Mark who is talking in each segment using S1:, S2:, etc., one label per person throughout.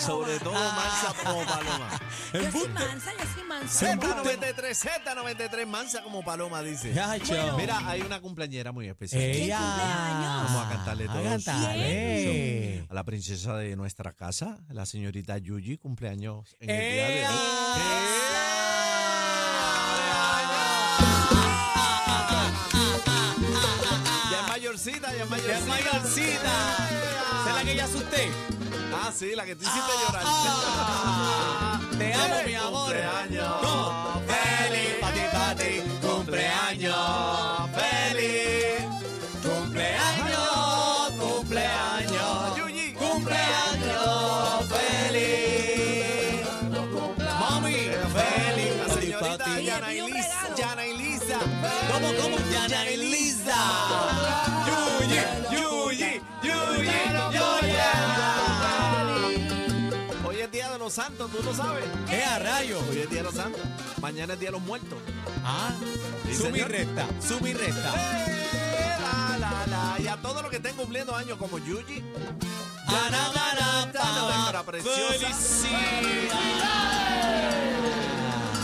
S1: Sobre todo mansa como paloma.
S2: Yo soy
S1: Embuste.
S2: mansa, yo soy mansa. como
S1: Z93,
S2: paloma.
S1: Z93, mansa como paloma, dice.
S3: Ya, chao.
S1: Mira, hay una cumpleañera muy especial.
S3: Ella.
S2: cumpleaños?
S1: Vamos a cantarle
S3: A
S1: todos.
S3: cantarle.
S1: A la princesa de nuestra casa, la señorita Yuji, cumpleaños en el día de
S3: ¡Ea!
S1: hoy. Eh, Ya es mayorcita, ya es mayorcita.
S3: Ya es mayorcita. Esa es la que ya asusté.
S1: Ah, sí, la que tú hiciste llorar.
S3: Te amo, mi amor.
S1: Cumpleaños.
S3: ¿Cómo? Feliz pa' ti, pa' ti. Cumpleaños. Feliz. Cumpleaños. Cumpleaños.
S1: Yuji.
S3: Cumpleaños. Feliz. Mami. Feliz.
S1: La
S3: pa' ti, pa'
S1: señorita
S3: ti.
S1: Yana
S2: Oye, pidió un
S1: Elisa.
S2: regalo.
S1: Yana Elisa.
S3: ¿Cómo, cómo? Yana Elisa. Yuyi, Yuyi, Yuyi, Yuyi.
S1: Hoy es día de los santos, tú lo sabes.
S3: ¡Eh, a rayo!
S1: Hoy es día de los santos. Mañana es día de los muertos.
S3: Ah,
S1: Sí,
S3: sumi
S1: señor.
S3: recta, sumi recta.
S1: Eh, la, la, la. Y a todos los que estén cumpliendo años como Yuji.
S3: Ana, ana,
S1: Nuestra
S3: ana,
S1: preciosa.
S3: felicidad.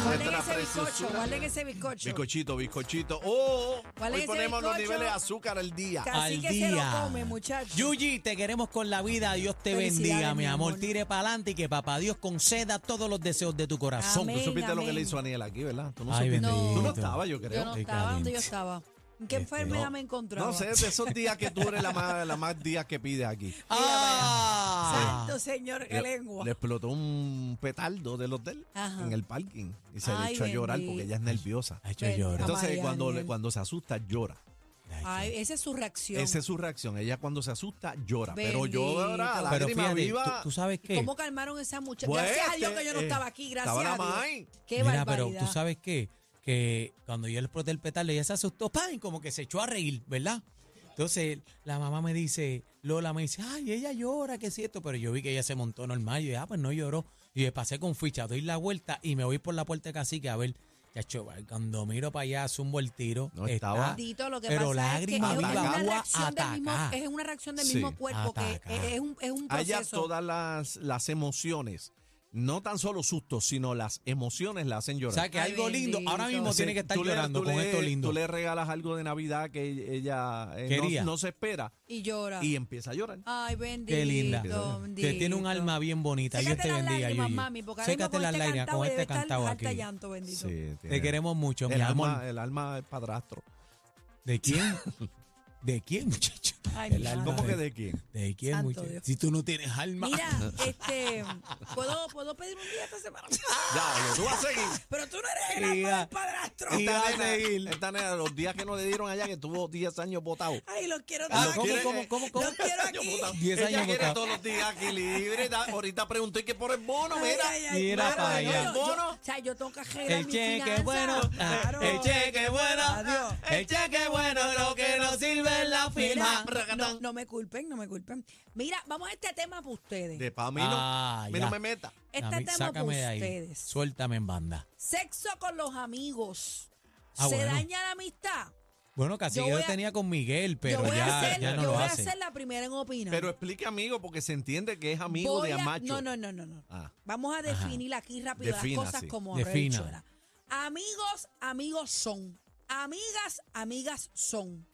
S2: Guarden
S1: Nuestra
S2: ese bizcocho,
S1: preciosura.
S2: guarden ese bizcocho.
S1: Bizcochito, bizcochito. Oh,
S2: ¿Cuál
S1: hoy
S2: es ese
S1: ponemos los
S2: bizcocho?
S1: niveles de azúcar al día.
S2: Casi
S3: Al
S2: que se lo
S3: día.
S2: come, muchachos.
S3: Yuji, te queremos con la vida. Dios te
S2: Felicidades,
S3: bendiga, mi
S2: mi
S3: amor.
S2: amor.
S3: Tire para adelante y que papá Dios conceda todos los deseos de tu corazón.
S1: Tú
S2: Amén,
S1: supiste lo que
S2: amén.
S1: le hizo Aniel aquí, ¿verdad? Tú no
S3: Ay,
S1: supiste.
S2: bendito.
S1: Tú no estabas, yo creo. Eh,
S2: Yo no
S3: Estoy
S2: estaba donde yo
S3: caliente.
S2: estaba. ¿En qué
S3: Este,
S2: enfermedad
S3: no.
S2: me encontraba?
S1: No sé, de esos días que tú eres la más, la más días que pide aquí.
S3: Ah,
S2: Santo señor, qué
S1: Le-
S2: lengua.
S1: Le explotó un petardo del hotel
S2: Ajá.
S1: en el parking y se le
S2: Ay,
S1: echó a llorar
S2: bendito.
S1: porque ella es nerviosa.
S3: ha hecho
S2: Ven,
S3: llorar.
S1: Entonces,
S2: María
S1: cuando, le-
S2: Aniel.
S1: cuando se asusta, llora.
S2: Ay, esa es su reacción.
S1: Esa es su reacción. Ella cuando se asusta, llora. Pero
S2: Bendito.
S1: llora, la
S3: Pero
S1: lágrima
S3: fíjate,
S1: viva.
S3: ¿tú, tú sabes qué?
S2: ¿Cómo calmaron esa muchacha?
S1: Pues,
S2: gracias a Dios
S1: este,
S2: que yo no
S1: eh,
S2: estaba aquí, gracias
S1: estaba la
S2: a Dios.
S1: May.
S2: Qué
S3: Mira,
S2: barbaridad.
S3: pero tú sabes qué, que cuando yo le exploté el petardo, ella se asustó, ¡pam! Como que se echó a reír, ¿verdad? Entonces la mamá me dice, Lola me dice, ay, ella llora, ¿qué es esto? Pero yo vi que ella se montó normal, y yo dije, ah, pues no lloró. Y me pasé con ficha, doy la vuelta y me voy por la puerta de cacique a ver, chacho, cuando miro para allá, zumbo el tiro.
S1: No estaba.
S2: Dito, lo que
S3: pero
S2: pasa
S3: lágrima
S2: es que es
S3: viva,
S2: una,
S3: agua,
S2: reacción del mismo,
S3: atacar.
S2: es una reacción del
S1: Sí,
S2: mismo cuerpo,
S3: atacar.
S2: que es, es un, es un
S1: Allá
S2: proceso.
S1: todas las, las emociones, no tan solo sustos, sino las emociones la hacen
S3: O
S1: llorar.
S3: sea, que
S2: Ay,
S3: algo lindo, ahora
S2: bendito.
S3: mismo tiene que estar
S1: tú le-
S3: llorando
S1: tú
S3: con
S1: le-
S3: esto lindo.
S1: Tú le regalas algo de Navidad que ella eh, no-
S3: Quería.
S1: No, se espera
S2: Y llora.
S1: y em- empieza a llorar.
S2: Ay, bendito.
S3: Qué linda.
S2: bendito.
S3: Que tiene un alma bien bonita. Dios
S2: Sécate
S3: te
S2: las
S3: bendiga,
S2: lágrimas,
S3: Yuyi.
S2: mami, porque ahora mismo
S3: Sécate
S2: con
S3: las
S2: este
S3: lágrimas
S2: cantado
S3: con
S2: debe
S3: este
S2: estar
S3: cantado
S2: harta
S3: aquí.
S2: llanto, bendito.
S3: Te queremos mucho, mi
S1: el
S3: amor. Ah.
S1: alma, el alma del padrastro.
S3: ¿De quién? ¿De quién, muchacho?
S2: Ay,
S3: El
S2: mi
S3: alma
S2: madre.
S1: ¿Cómo que de quién?
S3: ¿De quién,
S2: Santo
S3: muchacho?
S2: Dios.
S3: Si tú no tienes alma.
S2: Mira, este, ¿puedo, ¿puedo pedir un día esta semana?
S1: Ya, lo- tú vas a seguir.
S2: Pero tú no eres el
S3: Mira.
S2: alma del padrastro.
S3: ah, Y va a
S1: Esta
S3: seguir.
S1: nena, esta nena, los días que nos le dieron allá, que tuvo 10 años votado.
S2: Ay, los quiero
S3: Ah,
S2: todos
S3: ¿cómo,
S2: aquí.
S3: cómo, cómo, cómo?
S2: Los quiero aquí.
S1: votado.
S3: Diez
S1: Ella
S3: años
S1: quiere
S3: votado.
S1: todos los días aquí libre. Da- Ahorita pregunté que por el bono,
S2: Ay,
S1: mira.
S2: ay, ay,
S3: Mira
S2: claro,
S3: pa'
S2: ay, no,
S3: allá.
S2: yo-
S1: El bono.
S2: o sea, yo tengo que arreglar
S3: El
S2: mis
S3: cheque
S2: finanzas.
S3: bueno, ah,
S2: Claro.
S3: el cheque bueno,
S2: Adiós.
S3: el cheque bueno, lo que no sirve es la
S2: Mira,
S3: firma.
S2: no, no me culpen, no me culpen. Mira, vamos a este tema para ustedes.
S1: De pa' mí no,
S3: Ah,
S1: a mí
S3: ya.
S1: no me meta.
S2: Este
S3: A mí,
S2: tema para
S3: sácame de ahí.
S2: ustedes.
S3: Suéltame en banda.
S2: Sexo con los amigos.
S3: Ah,
S2: ¿Se
S3: bueno.
S2: daña la amistad?
S3: Bueno, casi yo
S2: voy
S3: lo
S2: a-
S3: tenía con Miguel, pero
S2: yo voy
S3: ya,
S2: a hacer,
S3: ya no
S2: yo
S3: lo
S2: voy
S3: hace.
S2: a ser la primera en opinar.
S1: Pero explique amigo, porque se entiende que es amigo
S2: Voy
S1: de
S2: a-
S1: Amacho.
S2: No, no, no, no. no.
S1: Ah.
S2: Vamos a definir aquí rápido
S1: Defina,
S2: las cosas
S1: sí.
S2: como
S3: Defina.
S2: Rechora. Amigos, amigos son. Amigas, amigas son.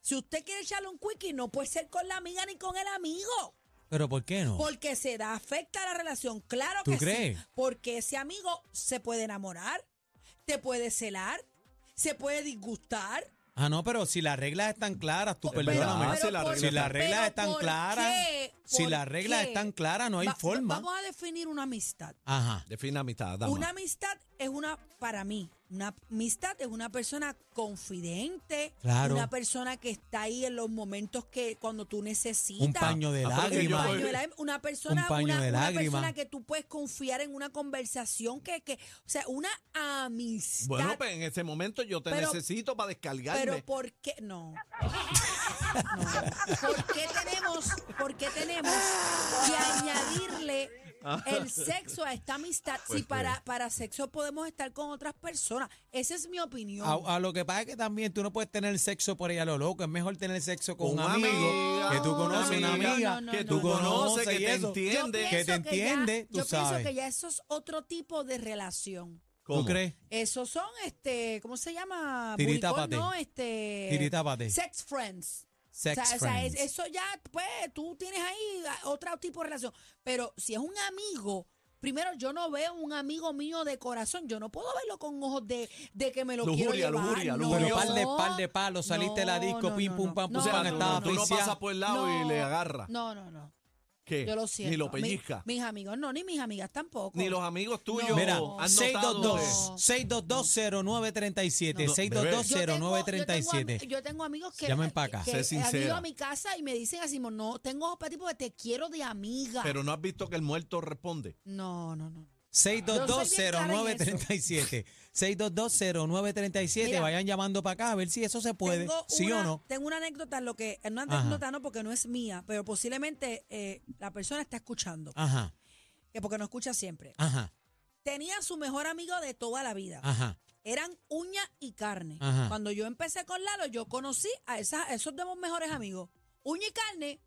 S2: Si usted quiere echarle un quickie, no puede ser con la amiga ni con el amigo.
S3: Pero ¿por qué no?
S2: Porque se da, afecta a la relación. Claro
S3: ¿Tú
S2: que
S3: crees?
S2: sí. Porque ese amigo se puede enamorar, te puede celar, se puede disgustar.
S3: Ah, no, pero si las reglas están claras, tú
S1: Pero-
S3: perdóname.
S1: pero- Ah, si las
S2: por-
S1: reglas
S3: si las
S1: están-
S3: reglas
S2: pero
S3: están
S2: ¿por
S3: claras,
S2: qué?
S3: si
S2: ¿Por
S3: las reglas
S2: qué?
S3: están claras, Ah, no hay
S2: Va- va-
S3: forma.
S2: Vamos a definir una amistad.
S3: Ajá.
S1: Defina amistad, dama.
S2: Una amistad es una, para mí, una amistad es una persona confidente,
S3: Claro.
S2: una persona que está ahí en los momentos que cuando tú necesitas.
S3: Un paño de
S1: Ah, pero que yo-
S2: Un
S3: lágrimas.
S2: paño de lágrimas, una persona,
S3: Un paño
S2: una,
S3: de
S2: una
S3: lágrimas.
S2: persona que tú puedes confiar en una conversación que, que o sea, una amistad.
S1: Bueno, pues en ese momento yo te
S2: Pero-
S1: necesito para
S2: pero
S1: descargarme.
S2: ¿por qué no? no. ¿Por qué tenemos, por qué tenemos que añadirle el sexo a esta amistad.
S1: Pues,
S2: si para, para sexo podemos estar con otras personas. Esa es mi opinión.
S3: A, a lo que pasa es que también tú no puedes tener sexo por ahí a lo loco. Es mejor tener sexo con un,
S1: Un
S3: amigo
S1: amigo,
S3: que tú conoces, una
S1: amiga,
S3: amiga
S2: no,
S1: que
S2: no,
S1: tú
S2: no,
S1: conoces,
S3: no,
S1: que
S3: y
S1: te
S3: eso.
S2: Yo
S1: entiende.
S3: Que te
S2: pienso ya-
S3: entiende, tú
S2: yo
S3: sabes.
S2: pienso que ya eso es otro tipo de relación.
S1: ¿Cómo?
S3: ¿Tú crees?
S2: Esos son, este, ¿cómo se llama?
S3: Tirita
S2: Buricón,
S3: pate.
S2: no, este.
S3: Tirita pate.
S2: Sex friends.
S3: Sex
S2: o sea, o sea, es-
S3: friends.
S2: eso ya, pues, tú tienes ahí ah, otro tipo de relación. Pero si es un amigo, primero yo no veo un amigo mío de corazón. Yo no puedo verlo con ojos de, de que me lo quiero
S1: Lujuria,
S2: llevar.
S1: lujuria,
S2: no.
S1: lujuria.
S3: Pero par de, par de palos, saliste de la
S2: No,
S3: disco,
S2: no,
S3: pim,
S2: no,
S3: pum,
S2: no.
S3: pam, pum,
S1: O sea,
S3: pam,
S2: no,
S1: tú,
S3: estaba
S1: tú no
S3: friseada.
S1: pasas por el lado y le agarra.
S2: No, no, no.
S1: ¿Qué?
S2: Yo lo siento.
S1: Eh, Ni lo
S2: Mi-
S1: pellizca.
S2: mis amigos, no, ni mis amigas tampoco.
S1: Ni los amigos tuyos
S2: No.
S3: Mira,
S1: han notado.
S2: de-
S3: 622
S1: No,
S3: 6220937,
S2: Yo tengo- Yo tengo,
S3: 6220937.
S2: ami- yo tengo amigos que,
S3: Llamen pa' acá.
S2: que
S1: Sé
S2: han
S1: sincera.
S2: ido a mi casa y me dicen así, "Mo, no, tengo ojos para ti porque te quiero de amiga.
S1: Pero no has visto que el muerto responde.
S2: no, no, no. Yo
S3: 6220937. 6220937,
S2: Mira.
S3: vayan llamando para acá a ver si eso se puede,
S2: Tengo
S3: sí
S2: una,
S3: o no.
S2: Tengo una anécdota, lo que, no
S3: Ajá.
S2: anécdota no porque no es mía, pero posiblemente eh, la persona está escuchando,
S3: Ajá,
S2: que porque no escucha siempre.
S3: ajá,
S2: Tenía su mejor amigo de toda la vida.
S3: ajá.
S2: Eran uña y carne.
S3: Ah. Ajá.
S2: Cuando yo empecé con Lalo, yo conocí a, esas, a esos de mis mejores amigos. Uña y carne.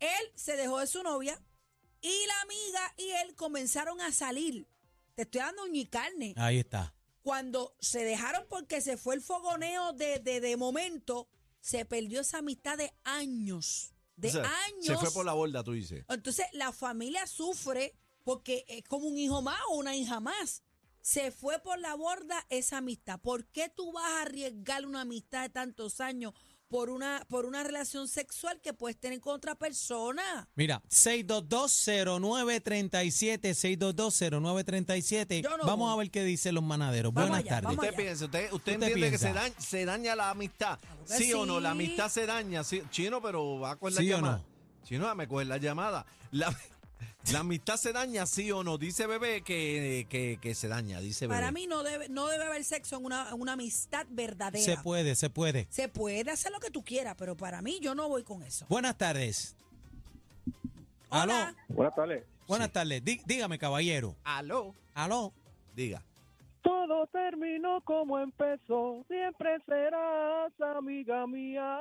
S2: Él se dejó de su novia y la amiga y él comenzaron a salir. Te estoy dando uña y carne.
S3: Ahí está.
S2: Cuando se dejaron porque se fue el fogoneo de, de, de momento, se perdió esa amistad de años. De
S1: O sea,
S2: años.
S1: Se fue por la borda, tú dices.
S2: Entonces la familia sufre porque es como un hijo más o una hija más. Se fue por la borda esa amistad. ¿Por qué tú vas a arriesgar una amistad de tantos años por una, por una relación sexual que puedes tener con otra persona?
S3: Mira, 6220937, 6220937.
S2: Yo no
S3: Vamos
S2: voy.
S3: a ver qué dicen los manaderos.
S2: Vamos
S3: Buenas
S2: allá,
S3: tardes.
S2: vamos
S1: Usted
S2: allá.
S1: piensa, usted, usted
S3: te
S1: entiende que
S3: piensa?
S1: se daña, se daña la amistad.
S2: Claro que
S1: Sí, o no, la
S2: sí.
S1: amistad se daña. Sí, chino, pero va a coger
S3: ¿Sí
S1: la
S3: o
S1: llamada.
S3: no?
S1: Chino, me coger la llamada. La, la amistad se daña, sí o no. Dice bebé que, que, que se daña, dice bebé.
S2: Para mí no debe, no debe haber sexo en una, en una amistad verdadera.
S3: Se puede, se puede.
S2: Se puede hacer lo que tú quieras, pero para mí yo no voy con eso.
S3: Buenas tardes.
S2: Hola.
S3: Aló.
S4: Buenas tardes.
S3: Buenas tardes. Dí- dígame, caballero.
S1: Aló.
S3: Aló.
S1: Diga.
S4: Todo terminó como empezó, siempre serás amiga mía.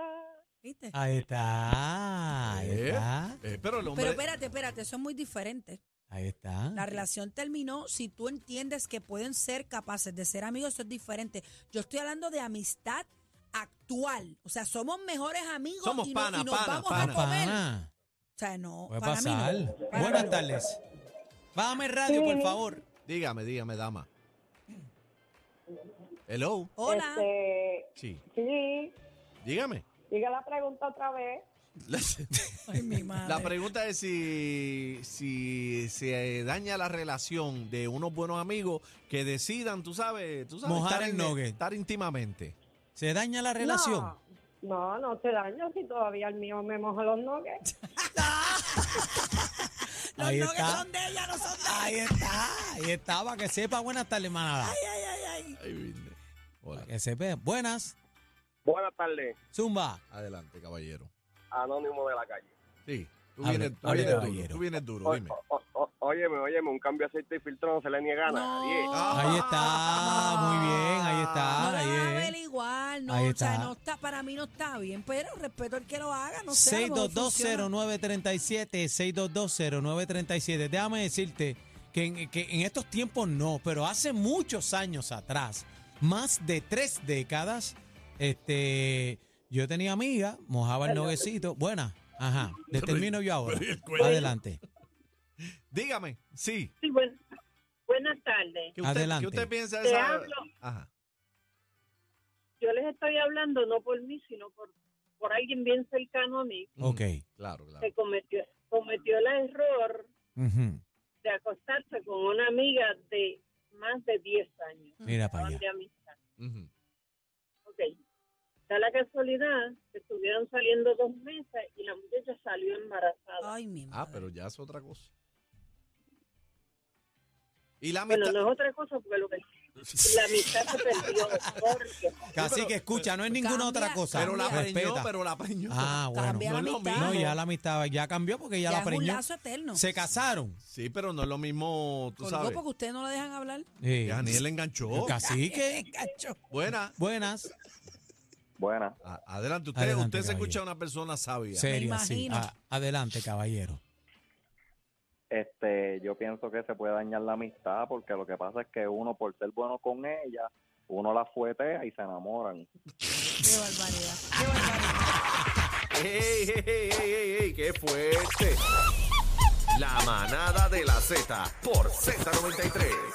S2: ¿Viste?
S3: Ahí está. Ahí
S1: Eh,
S3: está.
S1: eh, pero el hombre.
S2: Pero espérate, espérate, eso es muy diferente.
S3: Ahí está.
S2: La relación terminó. Si tú entiendes que pueden ser capaces de ser amigos, eso es diferente. Yo estoy hablando de amistad actual. O sea, somos mejores amigos
S1: Somos
S2: y, no-
S1: pana,
S2: y nos
S1: pana,
S2: vamos
S1: pana.
S2: a comer.
S3: Pana,
S2: O sea, no,
S3: Puede
S2: para
S3: pasar.
S2: mí no. Para mí
S3: Buenas
S2: no.
S3: tardes. Bájame el radio, por favor.
S1: Dígame, dígame, dama. Hello.
S2: Hola.
S5: Este,
S1: Sí.
S5: sí,
S1: Dígame.
S5: diga la pregunta otra vez.
S1: La,
S2: Ay, mi madre.
S1: la pregunta es si, si se daña la relación de unos buenos amigos que decidan, tú sabes, tú sabes
S3: Mojar
S1: estar,
S3: el
S1: en-
S3: nugget.
S1: estar íntimamente.
S3: ¿Se daña la relación?
S5: No, no, no te daño si todavía el mío me moja los nuggets.
S2: Los
S3: Ahí
S2: nuggets
S3: está.
S2: son de ella, no son de
S3: Ahí está. Ahí está. Para que sepa. Buenas tardes, manada.
S2: Ay, ay, ay, ay.
S1: Ay, Virgen. Hola.
S3: Para que sepa. Buenas.
S4: Buenas tardes,
S3: Zumba.
S1: Adelante, caballero.
S4: anónimo de la calle.
S1: Sí. Tú
S3: Hable-
S1: vienes, tú
S3: hable,
S1: vienes duro,
S3: caballero.
S1: tú vienes duro,
S4: O-
S1: dime.
S4: o- o- óyeme, óyeme, un cambio de aceite y filtro no se le niega a nadie.
S2: No.
S1: Ah,
S3: Ahí está. Muy bien. Ahí
S2: No
S3: está.
S2: la vas a
S3: ahí
S2: ver
S3: es.
S2: igual, no,
S3: Ahí
S2: o sea,
S3: está.
S2: no está, para mí no está bien, pero respeto al que lo haga, no sé. a lo mejor funciona.
S3: 6220937, 6220937. Déjame decirte que en, que en estos tiempos no, pero hace muchos años atrás, más de tres décadas, este, yo tenía amiga, mojaba el noguecito. Buena, ajá, determino yo ahora. Adelante.
S1: Dígame, sí.
S5: Sí, buen- buenas tardes.
S1: ¿Qué usted,
S3: Adelante.
S1: ¿qué usted piensa de
S5: Te
S1: esa?
S5: hablo.
S1: Ajá.
S5: Yo les estoy hablando no por mí, sino por, por alguien bien cercano a mí
S3: Ok.
S1: Claro, claro.
S5: que
S3: Ah.
S5: cometió, cometió el error
S3: ujú,
S5: de acostarse con una amiga de más de 10 años.
S3: Mira para allá.
S5: Estaban de amistad.
S1: Ujú.
S5: Ok. Da la casualidad que estuvieron saliendo dos meses y la muchacha salió embarazada.
S2: Ay, mi
S1: Ah,
S2: madre.
S1: pero ya es otra cosa. Y la
S5: Bueno,
S1: amistad.
S5: no es otra cosa porque lo que, La amistad se perdió porque
S3: Casi que escucha, no es ninguna otra
S2: Cambia.
S3: cosa.
S1: Pero la preñó,
S3: Respeta.
S1: pero la preñó.
S3: Ah, bueno.
S2: Cambia
S3: No,
S2: la
S3: es lo
S2: amistad.
S3: mismo. No, ya la amistad ya cambió porque ya,
S2: Ya
S3: la
S2: es un
S3: preñó.
S2: lazo eterno.
S3: Se casaron.
S1: Sí, pero no es lo mismo, tú
S2: Colgó
S1: sabes.
S2: porque ustedes no la dejan hablar.
S3: Sí.
S1: Daniel enganchó.
S3: Casi que.
S2: Cacho.
S1: Buena.
S3: Buenas.
S4: Buena.
S1: A- Adelante, usted,
S3: Adelante,
S1: usted se
S3: caballero.
S1: escucha a una persona sabia.
S3: Seria, sí.
S2: imagino.
S3: Ah, adelante, caballero.
S6: este yo pienso que se puede dañar la amistad porque lo que pasa es que uno por ser bueno con ella uno la fuetea y se enamoran
S2: Qué barbaridad. Qué barbaridad.
S7: ¡Ey, ey, ey, ey, ey, ey! qué fuerte! La manada de la Z por Z93.